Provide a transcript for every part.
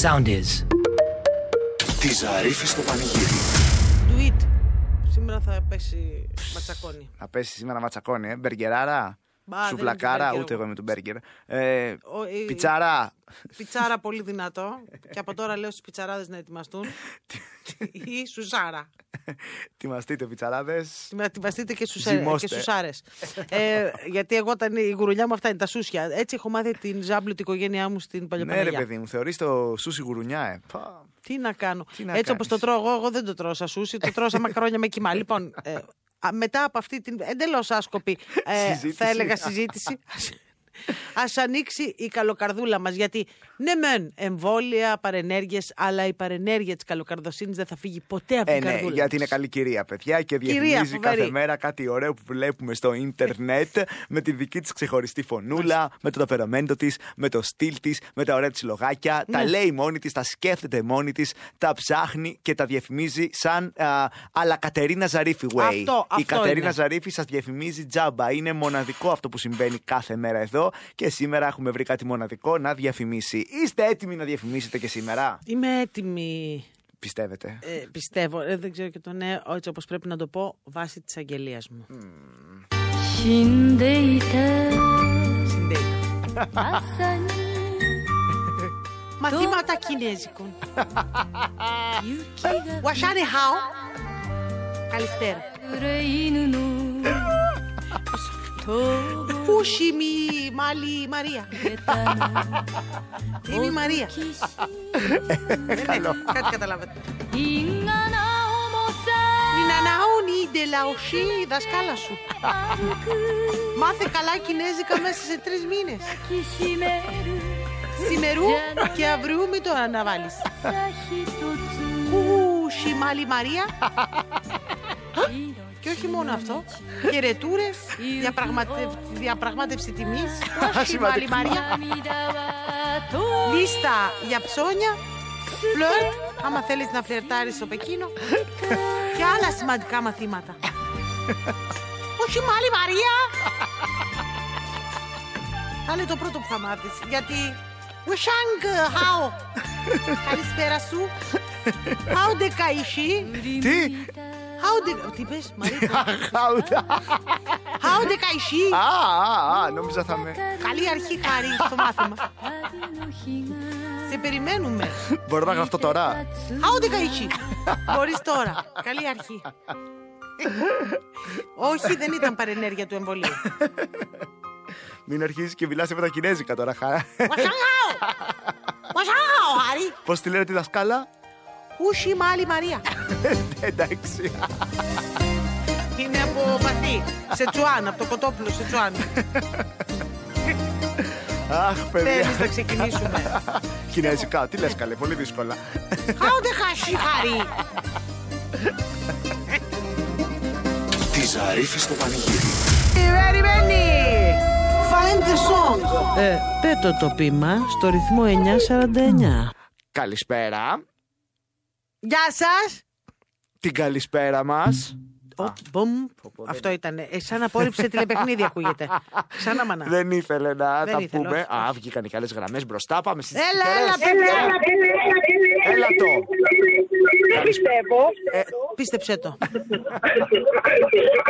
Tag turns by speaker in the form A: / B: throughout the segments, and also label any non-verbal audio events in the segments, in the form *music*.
A: Sound is.
B: Τη Ζαρίφη στο πανηγύρι.
C: Tweet. Σήμερα θα πέσει ματσακόνι.
D: Να πέσει σήμερα ματσακόνι, ε. Μπεργκεράρα.
C: Μπα, δεν είμαι
D: Σουβλακάρα,
C: του
D: ούτε εγώ
C: μπέργκερ.
D: είμαι του μπέργκερ. Ε,
C: Ο- η-
D: πιτσάρα.
C: Πιτσάρα πολύ δυνατό. και από τώρα λέω στου πιτσαράδες να
D: *laughs*
C: ετοιμαστούν. ή σουζάρα.
D: Τιμαστείτε, πιτσαράδε.
C: Να τυμαστείτε και, σουσε...
D: Ζυμώστε.
C: και σουσάρε. ε, γιατί εγώ όταν η γουρουλιά μου αυτά είναι τα σούσια. Έτσι έχω μάθει την ζάμπλουτη οικογένειά μου στην
D: Ναι, ρε
C: παλιοπαναγία.
D: παιδί μου, θεωρείς το σούσι γουρουνιά, ε. Πα.
C: Τι να κάνω.
D: Τι να
C: Έτσι όπως το
D: κάνεις.
C: τρώω εγώ, εγώ δεν το τρώω σαν σούσι, το τρώω σαν μακρόνια με κοιμά. Λοιπόν, ε, α, μετά από αυτή την εντελώς άσκοπη, ε,
D: Συζήτηση.
C: θα έλεγα συζήτηση.
D: *laughs*
C: Α ανοίξει η καλοκαρδούλα μας. Γιατί ναι, μεν εμβόλια, παρενέργειες, αλλά η παρενέργεια της καλοκαρδοσύνης δεν θα φύγει ποτέ από
D: Ε,
C: την
D: ναι,
C: καρδούλα.
D: γιατί είναι
C: μας.
D: καλή κυρία, παιδιά, και
C: Κυρία,
D: διαφημίζει
C: φοβερή.
D: κάθε μέρα κάτι ωραίο που βλέπουμε στο ίντερνετ με τη δική της ξεχωριστή φωνούλα, με το ταπεραμέντο της, με το στυλ της, με τα ωραία της λογάκια. Τα
C: Ναι.
D: λέει μόνη της, τα σκέφτεται μόνη της, τα ψάχνει και τα διαφημίζει σαν α, αλλά Κατερίνα Ζαρίφη way.
C: Αυτό,
D: Η
C: αυτό
D: Κατερίνα
C: είναι.
D: Ζαρίφη σας διαφημίζει τζάμπα. Είναι μοναδικό αυτό που συμβαίνει κάθε μέρα εδώ και σήμερα έχουμε βρει κάτι μοναδικό να διαφημίσει. Είστε έτοιμοι να διαφημίσετε και σήμερα,
C: Είμαι έτοιμη.
D: πιστεύετε.
C: Ε, πιστεύω, ε, δεν ξέρω και το ναι, έτσι όπως πρέπει να το πω, βάσει της αγγελίας μου.
E: 死んでいた
C: Συνδέεται.
E: 朝に
C: Μαθήματα κινέζικων.
E: 雪が
C: Wasari Hao. Καλησπέρα.
E: 降れ犬のと
C: Πούσι μη μάλι Μαρία.
E: ぼけたの
C: Τι μη Μαρία. Ε, ναι,
E: きし Ε,
C: Κάτι καταλάβατε.
E: 因果な重さ
C: Μην αναώνει η ντελαοσί η δασκάλα σου.
E: 軽く
C: Μάθε καλά κινέζικα μέσα σε τρεις μήνες.
E: 抱きしめる
C: Σημερού και αυρού μην το αναβάλεις.
E: 朝ひとつ
C: Πούσι μάλι Μαρία.
E: 命
C: Και όχι μόνο αυτό. Χαιρετούρες, διαπραγμάτευση τιμής. Πούσι μάλι Μαρία.
E: 涙は遠
C: Λίστα για ψώνια. Φλερτ, άμα θέλεις να φλερτάρεις στο Πεκίνο. και άλλα σημαντικά μαθήματα. Όχι μάλι Μαρία! θα είναι το πρώτο που θα μάθεις, γιατί... Ουσάνγκ, χάο! Καλησπέρα σου. How de καΐσι.
D: Τι!
C: How de... Τι πες, Μαρία.
D: Χαούτα.
C: How de καΐσι.
D: Α, α, α, νόμιζα θα με.
C: Καλή αρχή, χάρη, στο μάθημα.
E: 旅の日が
C: Σε περιμένουμε.
D: Μπορώ να γραφτώ τώρα.
C: あおでがいいし Μπορείς τώρα. Καλή αρχή. Όχι, δεν ήταν παρενέργεια του εμβολίου.
D: Μην αρχίζεις και μιλάς με τα κινέζικα τώρα, χαρά.
C: Μασάγαο! Μασάγαο, Χάρη!
D: Πώς τη λένε τη δασκάλα, *laughs*
C: Ούσι μάλι Μαρία.
D: Εντάξει.
C: Είναι από βαθύ. Σε τσουάν, από το κοτόπουλο σε τσουάν.
D: Αχ,
C: Θέλεις να
D: παιδιά.
C: ξεκινήσουμε.
D: Κινέζικα, τι λες καλέ, πολύ δύσκολα.
C: Χάοντε χασί, Χάρη!
B: Τη Ζαρίφη στο πανηγύρι.
C: Περιμένει! Find the song. Ε, πέτω το πείμα στο ρυθμό 949.
D: Καλησπέρα.
C: Γεια σας!
D: Την καλησπέρα μας.
C: Ο, μπομ. Αυτό ήταν. Ε, σαν απόρριψε τηλεπαιχνίδι ακούγεται. Σαν αμανά.
D: Δεν ήθελε να
C: Δεν
D: τα
C: ήθελε,
D: πούμε.
C: όχι.
D: Α, βγήκαν και άλλε γραμμές μπροστά. Πάμε στις
C: Έλα, έλα, παιδιά.
D: Έλα το.
F: Δεν πιστεύω.
C: Πίστεψέ το.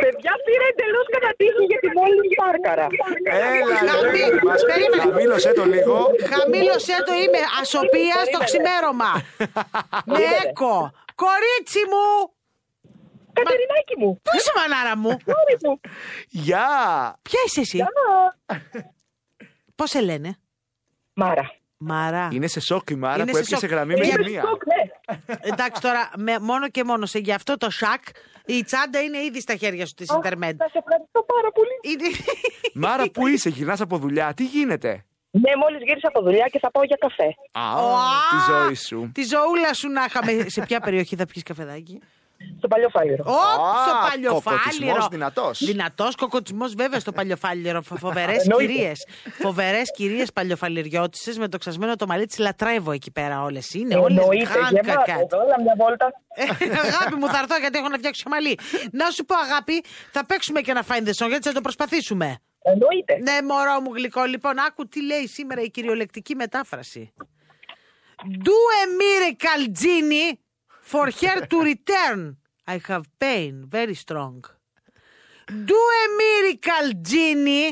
F: Παιδιά πήρα εντελώ κατά τύχη γιατί μόλι πάρκαρα.
D: Έλα, ρε.
C: Χαμί-
D: Μας-
C: Περίμενε.
D: Χαμήλωσέ το λίγο.
C: Χαμήλωσέ το είμαι ασοπία στο ξημέρωμα. Με έκο. Κορίτσι μου.
F: Κατερινάκι μου.
C: Πού είσαι μανάρα μου.
F: Πάρε μου.
D: Γεια.
C: Ποια είσαι εσύ. Πώς σε λένε.
F: Μάρα.
C: Μαρά.
D: Είναι σε σοκ η Μάρα
C: Είναι
D: που
C: σε
D: έκλεισε
C: σοκ.
D: γραμμή με
C: Είναι
D: τη
C: σε
D: μία.
F: Σοκ, ναι.
C: Εντάξει τώρα, με, μόνο και μόνο σε γι' αυτό το σακ, η τσάντα είναι ήδη στα χέρια σου της Ιντερνετ.
F: Θα σε ευχαριστώ πάρα πολύ.
D: Μάρα, πού είσαι, γυρνάς από δουλειά, τι γίνεται.
F: Ναι, μόλις γύρισα από δουλειά και θα πάω για καφέ.
D: Α,
C: Ωα!
D: τη ζωή σου.
C: Τη ζωούλα σου να είχαμε. σε ποια περιοχή θα πιεις καφεδάκι.
F: Στο παλιό φάιρο.
C: Ω,
D: Α,
C: στο παλιοφάλιρο.
D: κοκοτσισμός δυνατός.
C: Δυνατός κοκοτσισμό, βέβαια, στο παλιοφάλιρο. Φοβερές
F: Εννοείται.
C: κυρίες. Φοβερές κυρίες παλιοφαλιριώτησε με το ξασμένο το μαλλί τη. Λατρεύω εκεί πέρα όλες. Είναι όλε.
F: Εννοείται, γεμάτο εδώ, αλλά μια βόλτα.
C: Ε, αγάπη μου, θα έρθω γιατί έχω να φτιάξω μαλλί. Να σου πω, αγάπη, θα παίξουμε και ένα find the song γιατί θα το προσπαθήσουμε.
F: Εννοείται.
C: Ναι, μωρό μου γλυκό. Λοιπόν, άκου τι λέει σήμερα η κυριολεκτική μετάφραση. Do a miracle, genie, for her to return. I have pain, very strong. Do a miracle, genie,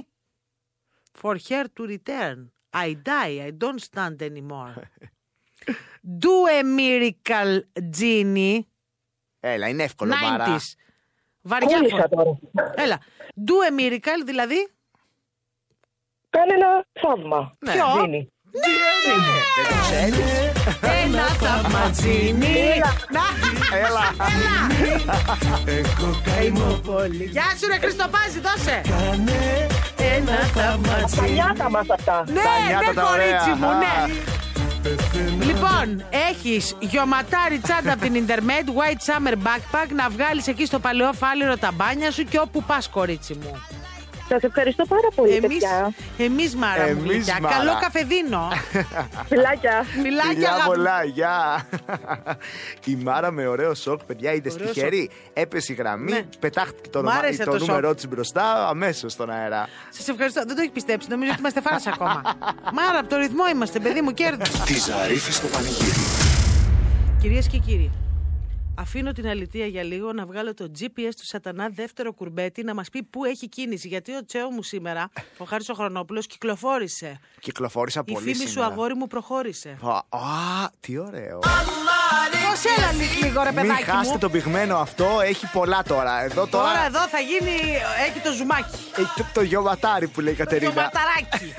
C: for her to return. I die, I don't stand anymore. Do a miracle, genie.
D: Έλα, είναι εύκολο, Μαρά.
C: 90s. Βαριά
F: Κόλλησα
C: φορά.
F: τώρα.
C: Έλα. Do a miracle, δηλαδή.
F: Κάνε ένα θαύμα.
C: Ναι.
F: Δίνει.
D: Δεν το ξέρει.
C: Ένα θαυματζίνι. Να,
D: Έλα.
C: γεια σου ρε Χριστοπάζη, δώσε. Ένα
F: Τα νιάτα μας αυτά.
C: Ναι,
D: νιάτα
C: ναι,
D: τα ωραία.
C: κορίτσι μου, ναι.
D: Α.
C: Λοιπόν, έχεις γιωματάρι τσάντα από την Intermed, white summer backpack, να βγάλεις εκεί στο παλαιό φάληρο τα μπάνια σου και όπου πας, κορίτσι μου.
F: Σας ευχαριστώ πάρα πολύ,
C: Εμείς, εμείς, μάρα μου,
D: Εμείς,
C: γλυκιά.
D: Μάρα.
C: Καλό
D: *laughs*
C: καφεδίνο.
F: Φιλάκια.
C: Μιλάκια,
D: Φιλιά
C: αγάπη.
D: πολλά, γεια. Η Μάρα με ωραίο σοκ, παιδιά, είδες
C: Ωραίο
D: τυχερή. Έπεσε η γραμμή,
C: Ναι.
D: πετάχτηκε το,
C: Μ'
D: όνομα-
C: άρεσε
D: το,
C: το σοκ.
D: νούμερό της μπροστά, αμέσως στον αέρα.
C: Σας ευχαριστώ. Δεν το έχεις πιστέψει. Νομίζω ότι είμαστε φάρα ακόμα.
D: *laughs*
C: Μάρα, από το ρυθμό είμαστε, παιδί μου, κέρδο.
B: Τη Ζαρίφη στο πανηγύρι.
C: Κυρίες και κύριοι, αφήνω την αλητία για λίγο να βγάλω το GPS του Σατανά δεύτερο κουρμπέτι να μας πει πού έχει κίνηση. Γιατί ο Τσέο μου σήμερα, ο Χάρης ο Χρονόπουλος, κυκλοφόρησε.
D: Κυκλοφόρησα
C: Η
D: πολύ.
C: φήμη σου,
D: σήμερα.
C: αγόρι μου, προχώρησε.
D: Α, α, τι ωραίο.
C: Πώ έλα λι- λίγο, ρε
D: Μην
C: παιδάκι
D: χάσετε
C: μου.
D: το πυγμένο αυτό, έχει πολλά τώρα. Εδώ τώρα.
C: Τώρα εδώ θα γίνει. Έχει το ζουμάκι.
D: έχει το, το γιωματάρι που λέει η
C: Το
D: Κατερίνα.
C: ματαράκι.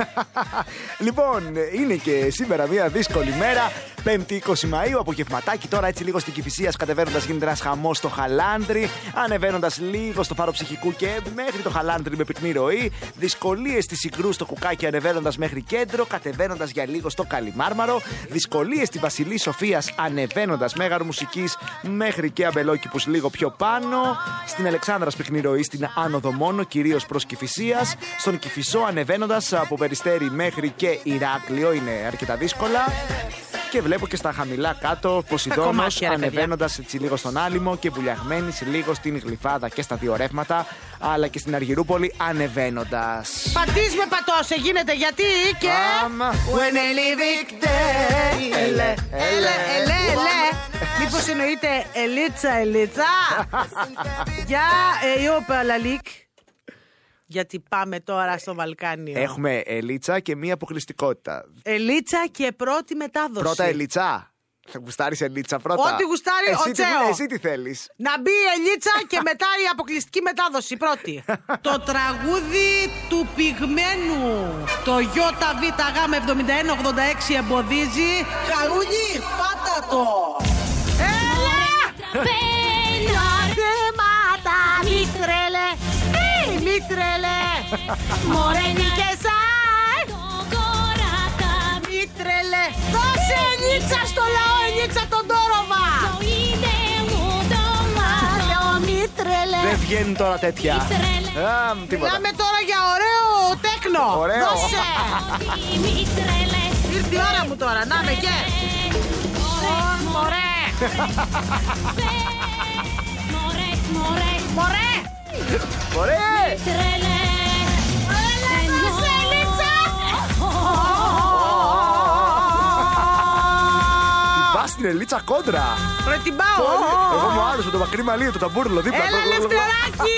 D: *laughs* λοιπόν, είναι και σήμερα μια δύσκολη μέρα. 5η 20 Μαου, απογευματάκι τώρα έτσι λίγο στην Κυφυσίας κατεβαίνοντας γίνεται ένας χαμός στο Χαλάνδρι. Ανεβαίνοντας λίγο στο φάρο ψυχικού και μέχρι το Χαλάνδρι με πυκνή ροή. Δυσκολίες στη συγκρού στο κουκάκι ανεβαίνοντας μέχρι κέντρο. Κατεβαίνοντας για λίγο στο Καλιμάρμαρο. Δυσκολίες στη Βασιλή Σοφίας ανεβαίνοντας μέγαρο μουσικής μέχρι και αμπελόκηπους λίγο πιο πάνω. Στην Αλεξάνδρας πυκνή ροή στην άνοδο μόνο, κυρίως προς Κυφυσία. Στον Κυφισό ανεβαίνοντας από Περιστέρι μέχρι και Ηράκλειο είναι αρκετά δύσκολα. Και βλέπω και στα χαμηλά κάτω Ποσειδόνο
C: κομμάτια, ρε παιδιά.
D: ανεβαίνοντα έτσι λίγο στον Άλυμο και βουλιαγμένη λίγο στην Γλυφάδα και στα δύο ρεύματα, αλλά και στην Αργυρούπολη ανεβαίνοντας.
C: Πατής με πατώσε, γίνεται γιατί και.
D: When a living day. Ελε,
C: Έλε, ελέ, ελέ. Μήπως εννοείται ελίτσα, ελίτσα. Για Ιώπα Λαλίκ. Γιατί πάμε τώρα στο Βαλκάνιο.
D: Έχουμε ελίτσα και μία αποκλειστικότητα.
C: Ελίτσα και πρώτη μετάδοση.
D: Πρώτα ελίτσα. Θα γουστάρεις ελίτσα πρώτα.
C: Ό,τι γουστάρει ο
D: εσύ, τι-
C: Τσέο.
D: Εσύ τι θέλεις.
C: Να μπει η ελίτσα και μετά η αποκλειστική μετάδοση πρώτη. το τραγούδι του πυγμένου. Το ΙΒΓ7186 εμποδίζει. Χαρούνι, πάτα το. Έλα!
E: Πένω
C: Θέματα, μη τρελέ. Ε, μη
E: *laughs*
C: τρελέ. Μωρέ νικεσάι.
E: ναι. το κοράτα
C: Μη τρελέ. Δώσε ελίτσα στο λαό, ελίτσα τον Τόροβα.
E: Το είναι μου το μάτι
C: Λέω μη τρελέ.
D: Δεν βγαίνουν τώρα τέτοια.
E: τρελα.
D: Α, μ, τίποτα.
C: Μιλάμε τώρα για ωραίο τέκνο.
D: Ωραίο.
C: Δώσε.
E: Μη τρελές
C: Ήρθε η ώρα μου τώρα, να με και.
E: Μωρές,
C: Μωρέ,
E: μωρές, μωρές
C: μωρέ.
D: Ωραία!
E: τρελές Ενώ
D: Πας στην ελίτσα κόντρα.
C: Προτιμάω.
D: Εγώ είμαι ο άλλο με το μακρύ μαλλί, το ταμπούρλο δίπλα.
C: Έλα, Λευτεράκι.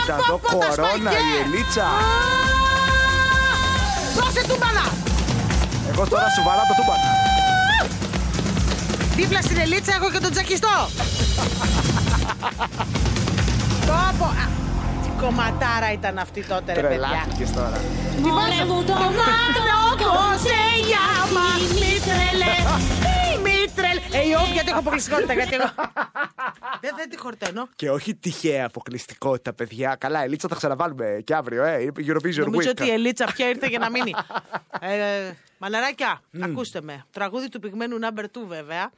D: Κοίτα
C: Πω,
D: εδώ,
C: πω, πω, τα
D: κορώνα
C: σπαγγέ.
D: η ελίτσα.
C: Α, Δώσε του μπαλά.
D: Εγώ τώρα σοβαρά το τούμπανα.
C: Δίπλα στην ελίτσα έχω και τον τζακιστό. Τόπο. Α, Τι κομματάρα ήταν αυτή τότε, ρε παιδιά.
D: Τρελάθηκες τώρα.
E: Μωρέ μου το μαύρο κοζέλια μας Μη τρελές
C: Μήτρελ. Ε, η όπ, γιατί έχω αποκλειστικότητα. Γιατί εγώ. Δεν δεν τη χορταίνω.
D: Και όχι τυχαία αποκλειστικότητα, παιδιά. Καλά, ελίτσα θα ξαναβάλουμε και αύριο, ε. Eurovision
C: Νομίζω ότι ε- η
D: Week.
C: Ελίτσα πια ήρθε για να μείνει. ε, μαναράκια, ακούστε με. Τραγούδι του πυγμένου number 2 βέβαια.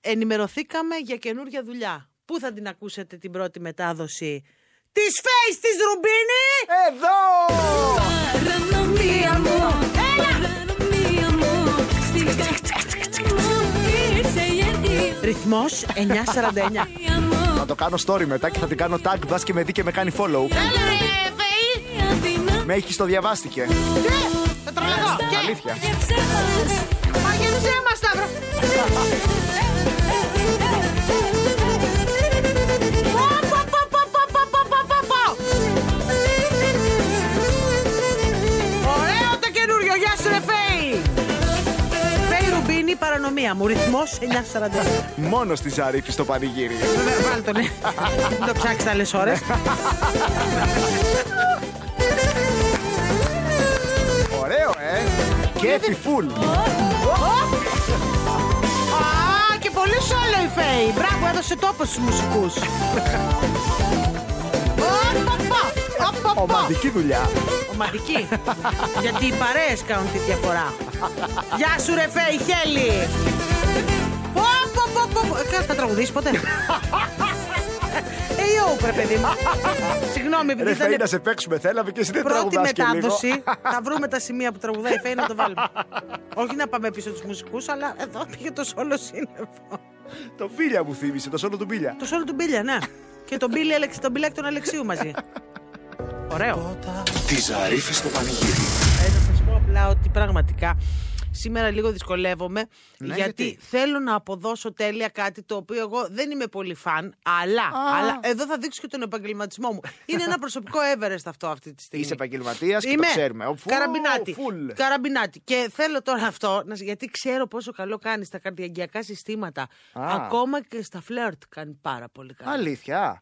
C: Ενημερωθήκαμε για καινούργια δουλειά. Πού θα την ακούσετε την πρώτη μετάδοση της Face της Ρουμπίνη.
D: Εδώ!
E: Παρανομία μου, έλα Παρανομία μου, στην καρδιά μου Ήρθε η αιτία
C: Ρυθμός 949.
D: Θα το κάνω story μετά και θα την κάνω tag, μπας και με δει και με κάνει follow.
E: Έλα ρε, φαΐ
D: Με έχει το διαβάστηκε.
C: Τι! Θα τρελαθώ! Και
D: Αλήθεια.
C: μαγείρισε μας Σταύρο! Πω, πω, πω, πω, πω, πω, πω, πω, πω, πω. Ωραίο το καινούριο! Γεια σου ρε Φέη! Φέη Ρουμπίνη, παρανομία μου. Ρυθμός 9.40.
D: Μόνος στη Ζαρίφη στο πανηγύρι.
C: Βέβαια, βάλ' το, ναι. Μην το ψάξεις άλλες ώρες.
D: Ωραίο, ε! Κέφι φουλ.
C: Α, και πολύ σόλο η Φέη. Μπράβο, έδωσε τόπο στους μουσικούς. Ωπα, πα, όπα, πα.
D: Ομαδική δουλειά.
C: Ομαδική. Γιατί οι παρέες κάνουν τη διαφορά. Γεια σου ρε Φέη, χέλη. Πω, πω, πω, πω, πω. Ε, κα- Θα τραγουδήσεις ποτέ. Ε, yo, ρε παιδί μου. Συγγνώμη, επειδή
D: Ρε
C: ήταν
D: Φέη, να σε παίξουμε θέλαμε και εσύ δεν
C: πρώτη
D: τραγουδάς και λίγο.
C: μετάδοση. θα βρούμε τα σημεία που τραγουδάει η Φέη να το βάλουμε. Όχι να πάμε πίσω τους μουσικούς, αλλά εδώ πήγε το σόλο σύννεφο.
D: *laughs* Το Μπίλια μου θύμισε, το σόλο του Μπίλια.
C: Το σόλο του Μπίλια, ναι. και τον Μπίλια, τον Μπίλια και τον Αλεξίου μαζί. Ωραίο.
B: Τη Ζαρίφη στο πανηγύρι.
C: Ε, να σα πω απλά ότι πραγματικά σήμερα λίγο δυσκολεύομαι. γιατί,
D: Ναι, γιατί?
C: θέλω να αποδώσω τέλεια κάτι το οποίο εγώ δεν είμαι πολύ φαν, αλλά, αλλά εδώ θα δείξω και τον επαγγελματισμό μου. Είναι ένα προσωπικό Everest αυτό αυτή τη στιγμή.
D: Είσαι επαγγελματίας και το
C: Είμαι.
D: ξέρουμε. Ο, φου,
C: Καραμπινάτη.
D: Φουλ.
C: Καραμπινάτη. Και θέλω τώρα αυτό, να, σ- γιατί ξέρω πόσο καλό κάνεις στα καρδιαγκιακά συστήματα.
D: Α.
C: Ακόμα και στα φλερτ κάνει πάρα πολύ καλό.
D: Αλήθεια.
C: Α,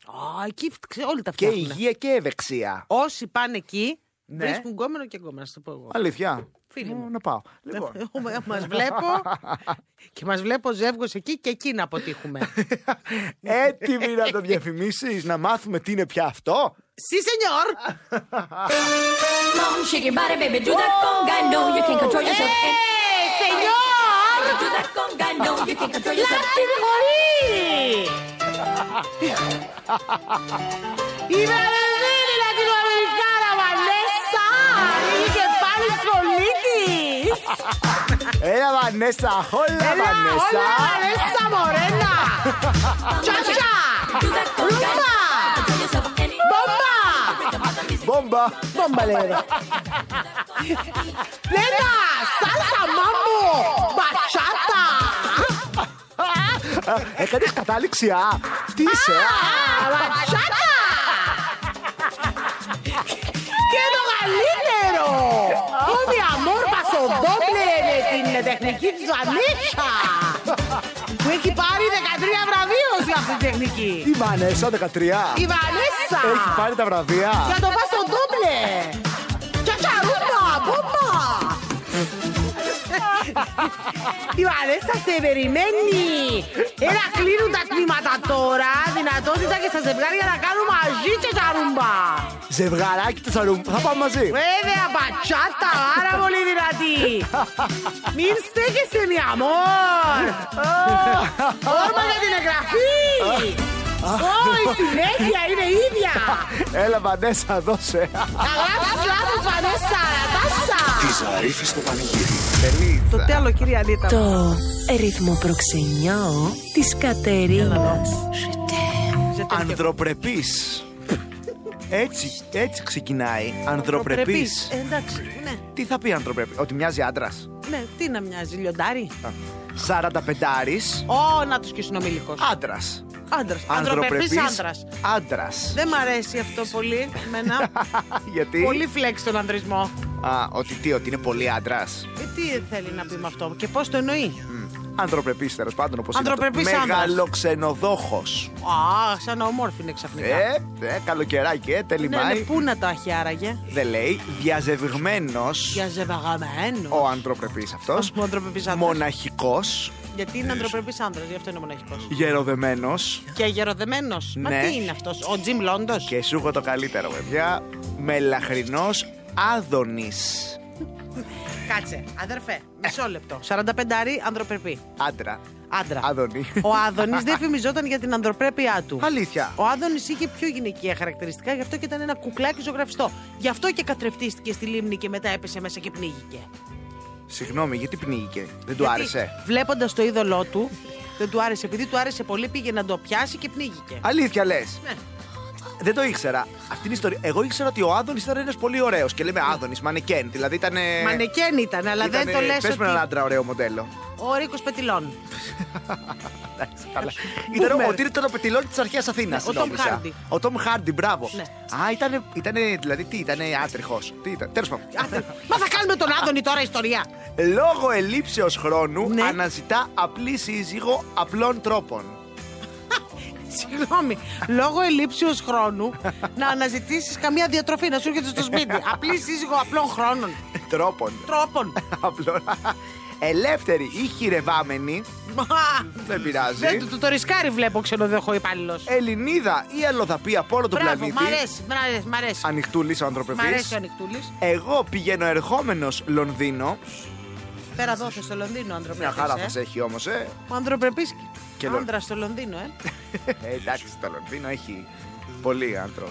C: εκεί ξέ- όλοι τα
D: Και
C: φτιάχνουν.
D: υγεία και ευεξία.
C: Όσοι πάνε εκεί,
D: Ναι.
C: βρίσκουν γκόμενο και γκόμενο, να σου το πω εγώ.
D: Αλήθεια.
C: Φίλοι
D: Ω,
C: μου.
D: Να πάω. Λοιπόν. *laughs*
C: Μας βλέπω και μας βλέπω ζεύγος εκεί και εκεί να αποτύχουμε.
D: Έτοιμοι να το διαφημίσεις, να μάθουμε τι είναι πια αυτό.
C: Σι σενιόρ!
E: Come shake your body, baby, do that conga. No, you can't control yourself. And
C: Σενιόρ!
E: do that conga. No, you can't control yourself.
C: Η Βερολίνη Λατινοαμερικάνα Βανέσα! Είχε πάλι σχολίτη!
D: Έλα Βανέσα, όλα Βανέσα.
C: Όλα Βανέσα
D: *laughs*
C: Μορένα! Τσάτσα!
E: Do that conga.
C: Ρούμπα!
E: Control yourself. And
C: Μπομπά!
D: Μπόμπα.
C: Μπομπα λέει Λένα! Σάλσα μάμπο! Μπατσάτα!
D: *laughs* Έκανε κατάληξη, α. Τι είσαι, α.
C: Μπατσάτα! Και το καλύτερο! Το mi amor pasó doble με την τεχνική της Βανίτσα! Που έχει πάρει 13 βραβείο για αυτή την τεχνική!
D: Η Βανέσα 13.
C: Η Βανέσα!
D: Έχει πάρει τα βραβεία.
C: Για το πάσο ντόμπλε! Τσατσαρούμπα, μπόμπα! Η Βαλέσσα σε περιμένει! Έλα κλείνουν τα τμήματα τώρα, δυνατότητα και στα ζευγάρια να κάνουν μαζί τσατσαρούμπα!
D: Ζευγαράκι του Σαρουμ. Θα πάμε μαζί.
C: Βέβαια, πατσάτα, πάρα πολύ δυνατή! Μην στέκεσαι, μη αμόρ! Όρμα για την εγγραφή! Ω, η συνέχεια είναι ίδια!
D: Έλα Βανέσα, δώσε.
C: Αγάπη, λάθος, Βανέσσα, Τάσσα!
B: Τη Ζαρίφη στο πανηγύρι.
C: Το τέλο, κυρία Ανίτα.
A: Το ρυθμό προξενιό της Κατερίνας.
D: Ανδροπρεπής. Έτσι, έτσι ξεκινάει. Ανδροπρεπής.
C: Ε, εντάξει, ναι.
D: Τι θα πει ανδροπρεπή, ότι μοιάζει άντρας.
C: Ναι, τι να μοιάζει, λιοντάρι.
D: 45
C: Ω, να τους και συνομιλικός.
D: άντρας.
C: Άντρας. Ανδροπρεπή άντρας.
D: Άντρας.
C: Δεν μ' αρέσει αυτό πολύ. Εμένα.
D: *laughs* Γιατί.
C: πολύ flex τον ανδρισμό.
D: Α, ότι τι, ότι είναι πολύ άντρας.
C: Ε, τι θέλει να πει με αυτό και πώς το εννοεί.
D: Ανδροπρεπή, τέλος πάντων, όπως είναι.
C: Ανδροπρεπής άντρας.
D: Μεγαλοξενοδόχος.
C: Α, σαν να ομόρφινε ξαφνικά.
D: Ε, ε, καλοκαιράκι, ε, τέλει
C: ναι, ναι,
D: Μάη.
C: πού να το έχει άραγε.
D: Δεν λέει. Διαζευγμένος.
C: Για ζευγαγαμένο.
D: Ο ανδροπρεπή αυτός.
C: Ο ανδροπρεπής άντρας.
D: Μοναχικός.
C: Γιατί είναι ανδροπρεπή άντρα, γι' αυτό είναι μοναχικός.
D: Γεροδεμένος.
C: Και γεροδεμένος. Μα
D: Ε, Ναι.
C: τι είναι αυτός, ο Τζιμ Λόντος.
D: Και σου έχω το καλύτερο, παιδιά. Μελαχρινός άδονη.
C: Κάτσε, αδερφέ, μισό *laughs* λεπτό. 45 άρι, ανδροπρεπή.
D: Άντρα.
C: Άντρα.
D: Άδωνη.
C: Ο Άδωνης δεν φημιζόταν για την ανδροπρέπειά του.
D: Αλήθεια.
C: Ο Άδωνης είχε πιο γυναικεία χαρακτηριστικά, γι' αυτό και ήταν ένα κουκλάκι ζωγραφιστό. Γι' αυτό και κατρευτίστηκε στη λίμνη και μετά έπεσε μέσα και πνίγηκε.
D: Συγγνώμη, γιατί πνίγηκε. Δεν του άρεσε.
C: Βλέποντας το είδωλό του, δεν του άρεσε. Επειδή του άρεσε πολύ, πήγε να το πιάσει και πνίγηκε.
D: Αλήθεια λες.
C: Ναι.
D: Δεν το ήξερα. Αυτή την ιστορία. Εγώ ήξερα ότι ο Άδωνης ήταν ένας πολύ ωραίος. Και λέμε Άδωνης, μανεκέν. Δηλαδή ήταν.
C: Μανεκέν ήταν, αλλά δεν το λες.
D: Πες με έναν άντρα ωραίο μοντέλο.
C: Ο Ρίκος Πετυλών.
D: Εντάξει, *laughs* καλά. Ήταν
C: Boomer.
D: ο Τύρι των πετυλών της αρχαίας Αθήνας.
C: Ναι, ο Tom Hardy.
D: Ο Τόμ Χάρντι, μπράβο.
C: Ναι.
D: Α, ήταν. Ήτανε, δηλαδή τι, ήταν άτριχος. Τι ήταν, τέλος πάντων.
C: Μα θα κάνουμε τον Άδωνη τώρα ιστορία.
D: *laughs* Λόγω ελήψεως χρόνου
C: Ναι.
D: αναζητά απλή σύζυγο απλών τρόπων. *laughs*
C: Συγγνώμη. Λόγω ελήψεω χρόνου να αναζητήσεις καμία διατροφή να σου έρχεται στο
D: *laughs*
C: σπίτι. Απλή σύζυγο απλών χρόνων.
D: Τρόπων.
C: Τρόπων.
D: Απλών. Ελεύθερη ή χειρευάμενη.
C: Μα,
D: Δεν πειράζει.
C: Δεν το, το, το ρισκάρει, βλέπω ξενοδοχό υπάλληλο.
D: Ε, Ελληνίδα ή αλλοδαπή από όλο τον
C: Μπράβο, μ'
D: πλανήτη.
C: αρέσει, μ' αρέσει, μ' αρέσει.
D: Ανοιχτούλης
C: Μ'
D: ο
C: αρέσει ο
D: ανθρωπευτή.
C: Ανικτούλη.
D: Εγώ πηγαίνω ερχόμενος Λονδίνο.
C: Πέρα δόθε στο Λονδίνο, ανδροπρεπή.
D: Μια χαρά θα σε έχει όμως, ε.
C: Ο ανδροπρεπή.
D: Και Λο-
C: Άντρας στο Λονδίνο, ε.
D: Ε, Εντάξει, το Λονδίνο έχει πολύ άνθρωπο.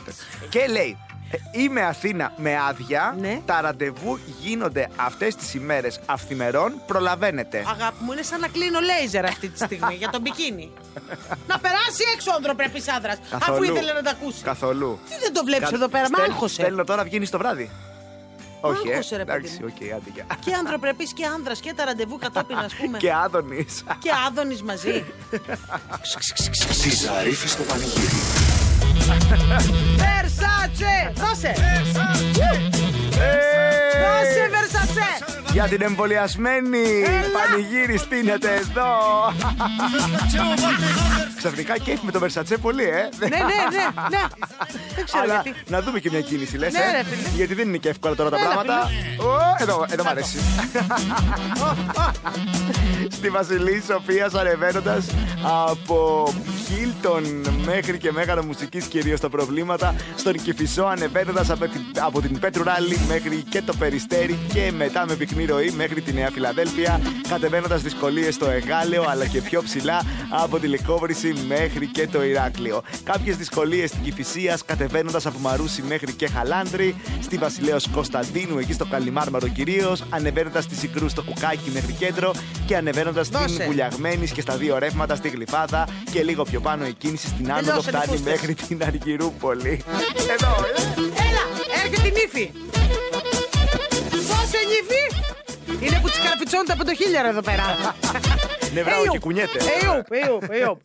D: Και λέει, «Ε, είμαι Αθήνα με άδεια.
C: Ναι.
D: Τα ραντεβού γίνονται αυτές τις ημέρες αυθημερών. Προλαβαίνετε.
C: Αγάπη μου, είναι σαν να κλείνω λέιζερ αυτή τη στιγμή για τον μπικίνι. να περάσει έξω ο ανδροπρεπή άντρα, αφού ήθελε να τα ακούσει.
D: Καθόλου.
C: Τι δεν το βλέπεις εδώ πέρα, μ'
D: Στέλ-
C: άγχωσε.
D: Στέλνω τώρα, βγαίνει το βράδυ.
C: Μ'
D: Όχι, ε.
C: άγχωσε, ρε παιδί
D: Εντάξει,
C: μου.
D: οκ, άντε για.
C: Και ανδροπρεπή και άνδρας και τα ραντεβού κατόπιν, ας πούμε.
D: *laughs* Και άδωνης.
C: και άδωνης μαζί.
B: Τι ζαρίφη στο πανηγύρι.
C: Βερσάτσε! Δώσε! Δώσε, Βερσάτσε!
D: Ε, Για την εμβολιασμένη πανηγύρι στείνεται εδώ. Ξαφνικά κέφι με το Βερσατσέ πολύ, ε.
C: Ναι, ναι, ναι, ναι. Δεν ξέρω
D: Αλλά
C: γιατί.
D: να δούμε και μια κίνηση, λες,
C: Ναι,
D: ε.
C: ρε, φίλε.
D: Γιατί δεν είναι και εύκολα τώρα τα
C: Έλα,
D: πράγματα. Ω, εδώ, εδώ μ' αρέσει. *laughs* Στη Βασιλή Σοφίας ανεβαίνοντα από Χίλτον μέχρι και Μέγαρο Μουσικής κυρίως τα προβλήματα. Στον Κηφισό ανεβαίνοντας από, την- από την Πέτρου Ράλι μέχρι και το Περιστέρι και μετά με πυκνή ροή μέχρι τη Νέα Φιλαδέλφια. Κατεβαίνοντας δυσκολίες στο Εγάλεο αλλά και πιο ψηλά από τη Λικόβρηση μέχρι και το Ηράκλειο. Κάποιες δυσκολίες στην Κυφυσίας κατεβαίνοντας από Μαρούση μέχρι και Χαλάνδρη. Στη Βασιλέως Κωνσταντίνου εκεί στο Καλιμάρμαρο κυρίως. Ανεβαίνοντας τη Συγκρούς στο Κουκάκι μέχρι κέντρο και ανεβαίνοντας
C: Δώσε.
D: στην Βουλιαγμένης και στα δύο ρεύματα στη Γλυφάδα και λίγο πιο πάνω η κίνηση στην Άνοδο
C: δώσε
D: φτάνει
C: νυχούστες.
D: μέχρι την Αργυρούπολη. Εδώ, ε.
C: Έλα, έρχεται η νύφη. Δώσε νύφη. Είναι που τις καρφιτσώνουν τα πεντοχίλιαρα εδώ πέρα.
D: Ναι, μπράβο,
C: Εϊουπ.
D: και κουνιέται.
C: Εϊουπ, εϊουπ, εϊουπ.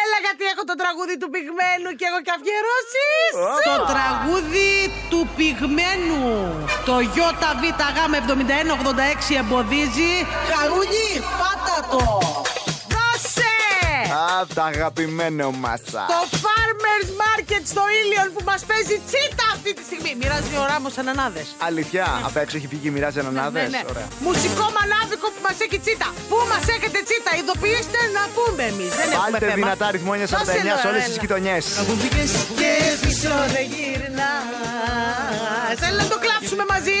C: Έλα γιατί έχω το τραγούδι του πυγμένου και έχω και αφιερώσεις.
D: Όπα.
C: Το τραγούδι του πυγμένου. Το ΙΒΓ7186 εμποδίζει. Χαρούνι, πάτα το. Δώσε.
D: Α, τα αγαπημένο μάτσα.
C: Το Farmers Market στο Ήλιον που μας παίζει τσίτα αυτή τη στιγμή. Μοιράζει ο Ράμος ανανάδες.
D: Ναι, Αλήθεια, απ' έξω έχει βγει η μοιράζει ανανάδες.
C: Ναι, ναι.
D: Ωραία.
C: Μουσικό μαλάβικο που μας έχει τσίτα. Πού μας έχετε τσίτα, ειδοποιήστε να πούμε εμείς. Δεν έχουμε
D: Βάλτε
C: θέμα.
D: δυνατά αριθμό 949 σε όλες τις γειτονιές.
C: Τραγουδικές και πίσω δεν γυρνάς Θέλω να το κλάψουμε μαζί.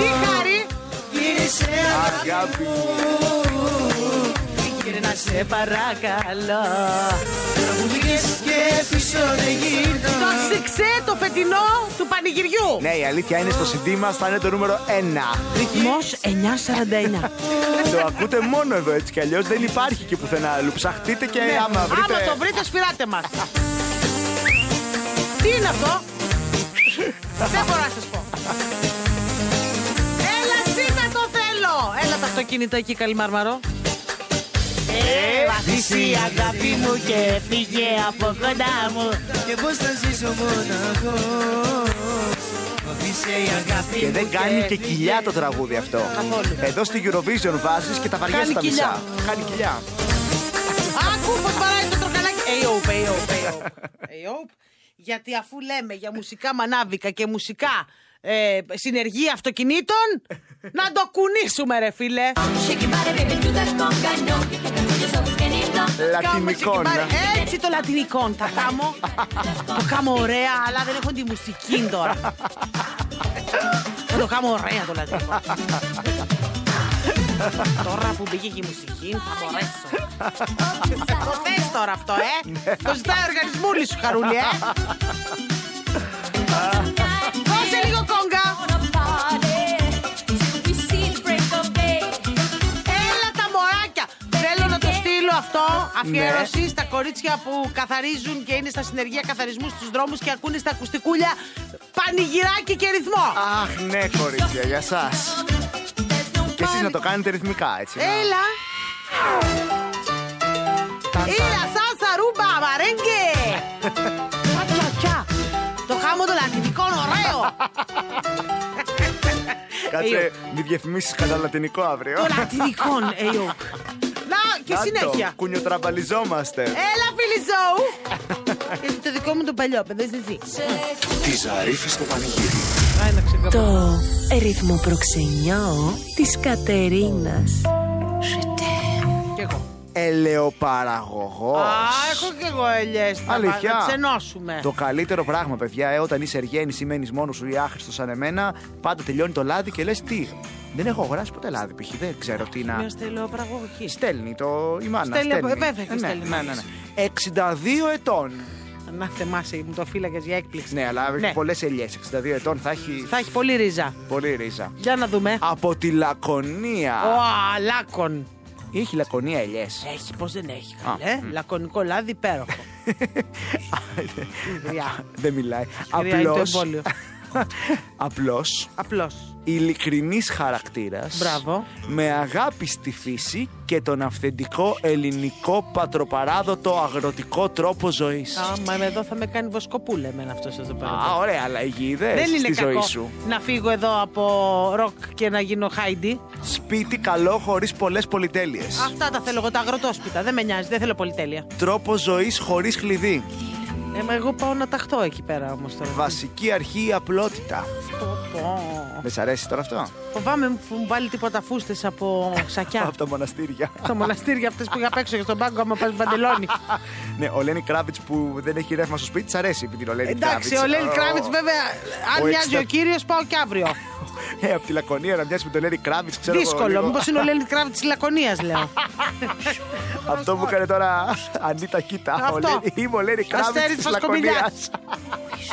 C: Τι χάρη.
D: Αγάπη.
C: Κύριε να σε παρακαλώ Το σιξέ το φετινό του πανηγυριού
D: Ναι, η αλήθεια είναι στο CD μας θα είναι το νούμερο 1.
C: Ρυθμός 949
D: Το ακούτε μόνο εδώ έτσι κι αλλιώς δεν υπάρχει και πουθενά αλλού. Ψαχτείτε και άμα βρείτε.
C: Ναι. Ε, Άμα το βρείτε, σφυράτε μας. Τι είναι αυτό, Δεν μπορώ να σας πω. Έλα, σίτα το θέλω! Έλα τα αυτοκίνητα εκεί, καλή μαρμαρό.
D: Ε,
C: Βαθύσει αγάπη μου και φύγε από κοντά μου.
D: Και δεν κάνει και κοιλιά το τραγούδι αυτό.
C: Καθόλου.
D: Εδώ στη Eurovision βάζεις και τα βαριά
C: Κάνει
D: στα
C: κοιλιά.
D: μισά. Χάνει κοιλιά.
C: Άκου πως βαράει το oh, τροχαλάκι. Εϊόπ, εϊόπ, εϊόπ. Εϊόπ. oh. Γιατί αφού λέμε για μουσικά μανάβικα και μουσικά ε, συνεργεία αυτοκινήτων, να το κουνήσουμε ρε φίλε.
E: Shake your body, baby, do that conga, no. You're so bonito.
D: Λατινικών.
C: Κάμω έτσι και πάρε- Έτσι το λατινικό τα κάμω. το κάμω ωραία, αλλά δεν έχω τη μουσική τώρα. Θα το κάμω ωραία το λατινικό. τώρα που μπήκε και η μουσική, θα μπορέσω. το θες τώρα αυτό, ε! το ζητάει ο οργανισμούλης σου, Χαρούλη, ε! Δώσε λίγο κόγκα!
E: Wanna party till we see the break of day.
D: Ε.
C: Έλα τα μωράκια! Θέλω να το στείλω αυτό
D: Ναι.
C: Αφιέρωση στα κορίτσια που καθαρίζουν και είναι στα συνεργεία καθαρισμού στους δρόμους και ακούνε στα ακουστικούλια πανηγυράκι και ρυθμό.
D: Αχ, ναι, κορίτσια, για εσά. Και εσείς να το κάνετε ρυθμικά, έτσι. να-
C: Έλα.
D: Ταν,
C: Έλα,
D: ταν.
C: σάσα, ρούμπα, μαρέγκε. Τσατσατσά. Το χάμο των λατινικών, ωραίο. ε,
D: Κάτσε, μη διαφημίσεις κατά λατινικό αύριο.
C: των λατινικών, Εϊόκ. Να, και
D: Να το,
C: συνέχεια. Ε.
D: Κουνιοτραμπαλιζόμαστε.
C: Έλα, φίλη Ζώου. Γιατί το δικό μου το παλιό, παιδί, δεν ζει.
B: Τη Ζαρίφη στο πανηγύρι.
A: Το ρυθμό προξενιό της Κατερίνας.
C: Κι εγώ.
D: Ελαιοπαραγωγός.
C: Α, έχω κι εγώ ελιές. να πα-
D: Αλήθεια.
C: Να ξενώσουμε.
D: Το καλύτερο πράγμα, παιδιά, ε, όταν είσαι εργένης ή μένεις μόνος σου ή άχρηστος σαν εμένα, πάντα τελειώνει το λάδι και λες τι. Δεν έχω αγοράσει ποτέ λάδι, π.χ. Δεν ξέρω τι να.
C: Μια στελεοπαραγωγική.
D: Στέλνει το η μάνα.
C: Στέλνει από- ε, βέβαια και
D: Ε, ναι,
C: στέλνει
D: ναι, ναι,
C: μάνας.
D: ναι. 62 ετών.
C: Να θεμάσαι, μου το φύλακες για έκπληξη.
D: Ναι, αλλά έχει
C: Ναι.
D: πολλές ελιές. 62 ετών θα έχει
C: Θα έχει πολύ ρίζα.
D: πολύ ρίζα.
C: Για να δούμε.
D: Από τη Λακωνία.
C: Ο αλάκων.
D: Έχει Λακωνία ελιές.
C: Έχει, πώς δεν έχει.
D: Α,
C: Καλέ. Λακωνικό λάδι, υπέροχο. *laughs*
D: *laughs*
C: Γριά.
D: Δεν μιλάει.
C: Γριά είναι το
D: Απλώς...
C: εμβόλιο.
D: *laughs* Απλώς
C: Απλώς.
D: ειλικρινής χαρακτήρας
C: Μπράβο.
D: με αγάπη στη φύση και τον αυθεντικό ελληνικό πατροπαράδοτο αγροτικό τρόπο ζωής.
C: Άμα είμαι εδώ θα με κάνει βοσκοπούλα εμένα αυτό εδώ πέρα.
D: Α, ωραία, αλλά υγιείδες
C: δεν
D: στη
C: είναι
D: ζωή
C: κακό
D: σου.
C: να φύγω εδώ από ροκ και να γίνω χάιντι.
D: Σπίτι καλό χωρίς πολλές πολυτέλειες.
C: Αυτά τα θέλω εγώ, τα αγροτόσπιτα. Δεν με νοιάζει, δεν θέλω πολυτέλεια.
D: Τρόπο ζωής χωρίς χλειδί.
C: Ε, μα εγώ πάω να ταχτώ εκεί πέρα όμως τώρα.
D: Βασική αρχή η απλότητα.
C: Πω, πω.
D: Μες σ' αρέσει τώρα αυτό.
C: Φοβάμαι που μου βάλει τίποτα φούστες από σακιά.
D: Από τα μοναστήρια.
C: Στα μοναστήρια αυτές που είχα παίξει και στον πάγκο, άμα πας
D: *laughs*
C: μπαντελόνι.
D: ναι, ο Λένι Κράβιτ που δεν έχει ρεύμα στο σπίτι, σ' αρέσει επειδή ο Λένι
C: Εντάξει, ο Λένι Κράβιτ βέβαια, αν
D: ο
C: μοιάζει
D: εξτα-
C: ο κύριος, πάω και αύριο.
D: Ε, από τη Λακωνία να μοιάζει με τον Λένι Κράβιτ, *laughs* ξέρω εγώ,
C: Δύσκολο.
D: λίγο.
C: Μήπως είναι ο Λένι Κράβιτ της Λακωνίας,
D: *laughs*
C: λέω.
D: Αυτό που έκανε τώρα *laughs* Ανίτα Κίτα. Ο
C: Αυτό.
D: Λένι- Είμαι ο Λένι
C: Αστέρι
D: Κράβιτ της
C: Φασκομιλιάς.
D: Λακωνία.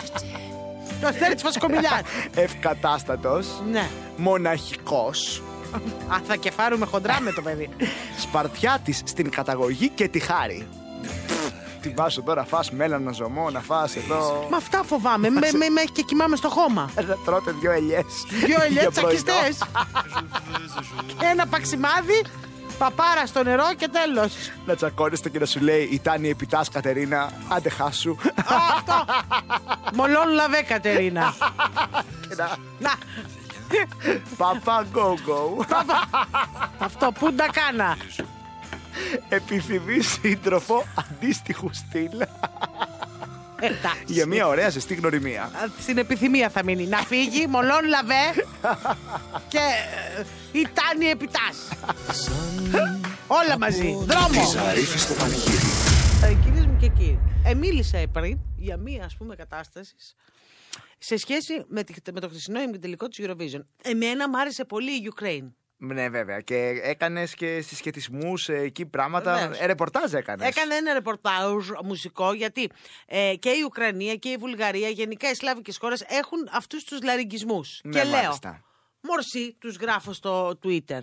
C: Το αστέρι της Φασκομιλιάς.
D: Ευκατάστατος.
C: Ναι.
D: Μοναχικός.
C: Α, θα κεφάρουμε χοντρά με το
D: *laughs*
C: παιδί.
D: Σπαρτιάτης στην καταγωγή και τη χάρη. Πφ, Τι βάζω τώρα, φας μέλανα ζωμό, να φας εδώ.
C: Μα αυτά φοβάμαι. με, με, με έχει και κοιμάμαι στο χώμα.
D: Να τρώτε δυο ελιές.
C: Δύο ελιές
D: για πρωινό.
C: τσακιστέ.
D: *laughs*
C: Ένα παξιμάδι, παπάρα στο νερό και τέλος.
D: Να τσακώνεστε και να σου λέει η Τάνη επιτάς Κατερίνα, άντε χάσου.
C: Αυτό. Μολόν λαβέ, Κατερίνα.
D: *laughs* Και να-
C: Να,
D: Παπα γκόγκο.
C: αυτό που τα κάνα.
D: Επιθυμείς σύντροφο αντίστοιχου στυλ.
C: Εντάξει.
D: Για μια ωραία ζεστή γνωριμία.
C: Στην επιθυμία θα μείνει. Να φύγει, μολόν λαβέ και ε, η Τάνη επιτάς. Όλα μαζί.
B: Τη
C: Δρόμο.
B: Ζαρίφη στο πανηγύρι.
C: Ε, Κυρίες μου και κύριοι, ε, μίλησα πριν για μία ας πούμε κατάσταση σε σχέση με, τη- με το χθεσινό ημιτελικό της Eurovision. Εμένα μου άρεσε πολύ η Ukraine.
D: Ναι, βέβαια. Και έκανες και συσχετισμούς εκεί πράγματα.
C: Βεβαίως.
D: Ε, ρεπορτάζ έκανες.
C: Έκανε ένα ρεπορτάζ μουσικό γιατί ε, και η Ουκρανία και η Βουλγαρία, γενικά οι σλάβικες χώρες έχουν αυτούς τους λαριγγισμούς.
D: Ναι,
C: και λέω,
D: μάλιστα.
C: Μορσή, τους γράφω στο Twitter.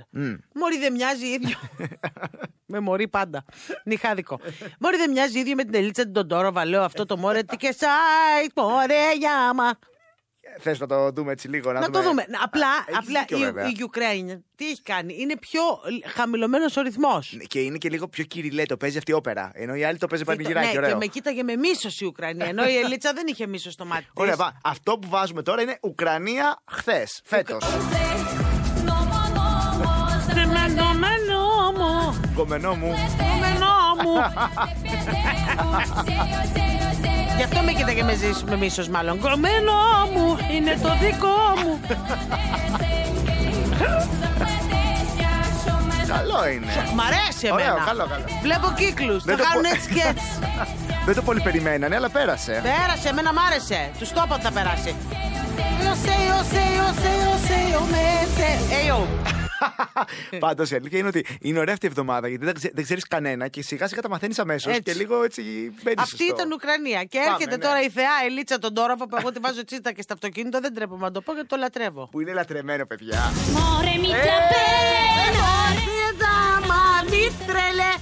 C: Μωρή δεν μοιάζει
D: *laughs*
C: ίδιο. με μωρή πάντα. Νιχάδικο. Μωρή δεν μοιάζει ίδιο με την Ελίτσα την Τοντόροβα. Λέω αυτό το μωρέ τι και σάιτ, μωρέ γιάμα.
D: Θες να το δούμε έτσι λίγο. Να,
C: Να το δούμε. Να, Απλά,
D: έχεις
C: απλά
D: δίκιο, βέβαια.
C: η, η Ουκρανία τι έχει κάνει. Είναι πιο χαμηλωμένος ο ρυθμός.
D: Και είναι και λίγο πιο κυριλέ, το παίζει αυτή η όπερα. Ενώ η άλλη το παίζει πανηγυράκι.
C: ναι, και
D: ωραίο.
C: με κοίταγε με μίσος η Ουκρανία. Ενώ η Ελίτσα δεν είχε μίσος στο μάτι. της.
D: Ωραία, πά. Αυτό που βάζουμε τώρα είναι Ουκρανία χθες, φέτο. Γκομενό μου.
C: Γι' αυτό με κοίταγε με, ζήσ- με μίσος, μάλλον. Κομμένο μου είναι το δικό μου.
D: Καλό είναι.
C: Μ' αρέσει εμένα.
D: Ωραίο, καλό, καλό.
C: Βλέπω κύκλους. Θα
D: Δεν το
C: κάνουν
D: πω-
C: έτσι και έτσι.
D: Δεν το πολύ περιμένανε, αλλά
C: *laughs*
D: πέρασε.
C: Πέρασε, εμένα μ' άρεσε. Τους το είπα ότι θα περάσει. Ωσε, ωσε, ωσε, ωσε, ωμέσε. Εϊό.
D: Πάντως η αλήθεια είναι ότι είναι ωραία αυτή η εβδομάδα γιατί δεν, ξε- δεν ξέρεις κανένα και σιγά σιγά τα μαθαίνεις αμέσως
C: Έτσι.
D: και λίγο έτσι μπαίνεις.
C: Αυτή ήταν Ουκρανία. Και
D: Πάμε,
C: έρχεται
D: ναι.
C: τώρα η θεά Ελίτσα τον Τόροφο που εγώ τη βάζω τσίτα και στα αυτοκίνητα. Δεν τρέπομαι να το πω γιατί το λατρεύω.
D: Που είναι λατρεμένο,
C: Ε,
D: παιδιά.
E: Μωρέ μη τραπέ,
C: Μη τρελέ.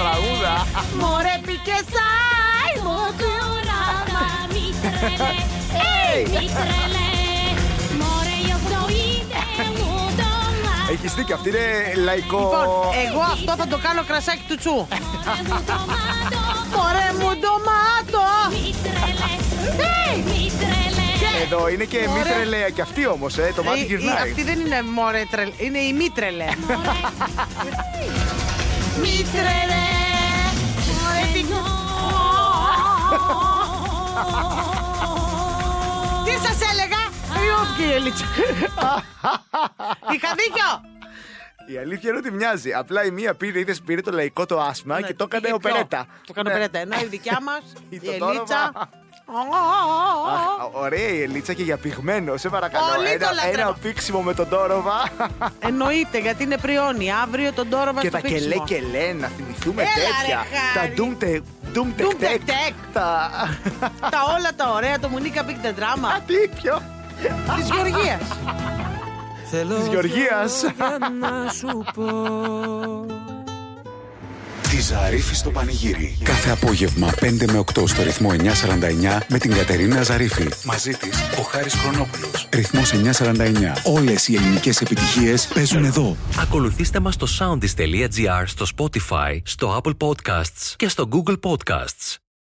D: Τραγούδα.
C: Μωρέ πικέ σάι!
E: ε,
D: Έχεις δίκιο, αυτή είναι λαϊκό.
C: Λοιπόν, εγώ αυτό θα το κάνω κρασάκι του τσου. Μωρέ μου ντομάτο!
D: Εδώ είναι και μη
C: Ωραία.
D: τρελαία και αυτή όμως, ε, το μάτι
C: Ε, ε,
D: γυρνάει.
C: Αυτή δεν είναι μωρέ τρελ, είναι η μη *laughs* τρελέ. μη τρελέ! Μωρέ πικέ Τι σας έλεγα! Ριόμπ κύριε
D: *laughs*
C: Λίτσα. Είχα δίκιο!
D: Η αλήθεια είναι ότι μοιάζει. Απλά η μία πήρε, είδες, πήρε το λαϊκό το άσμα
C: Ναι,
D: και το έκανε
C: είχε
D: ο
C: πιο.
D: Περέτα.
C: Το έκανε ο
D: Ναι.
C: Περέτα. Ενώ η δικιά μας,
D: *laughs* Η
C: η
D: Τοτόρομα.
C: Ελίτσα.
D: Αχ, Ωραία η Ελίτσα και για πυγμένο, σε παρακαλώ.
C: Πολύ το
D: Ένα,
C: λατρεύω.
D: ένα πήξιμο με τον Τόροβα.
C: Εννοείται γιατί είναι πριόνι. Αύριο τον Τόροβα
D: και
C: στο
D: τα κελέ
C: πίξιμο.
D: κελέ, να θυμηθούμε
C: Έλα, ρε,
D: τέτοια.
C: χάρη.
D: τα ντουμ τε- ντουμ τεκ
C: Ντουμ τεκ
D: τεκ.
C: τεκ.
D: Τα. *laughs*
C: Τα όλα τα ωραία, το Μουνίκα Big The Drama
D: Τι πιο.
C: της Γεωργίας.
G: Θέλω
D: Της
G: *laughs*
D: Γεωργίας.
G: λόγια να σου πω.
B: Τη Ζαρίφη στο πανηγύρι.
H: Κάθε απόγευμα 5 με 8 στο ρυθμό 949 με την Κατερίνα Ζαρίφη.
B: Μαζί της ο Χάρης Χρονόπουλος.
H: Ρυθμός 949. Όλες οι ελληνικές επιτυχίες παίζουν εδώ.
I: Ακολουθήστε μας στο soundis.gr, στο Spotify, στο Apple Podcasts και στο Google Podcasts.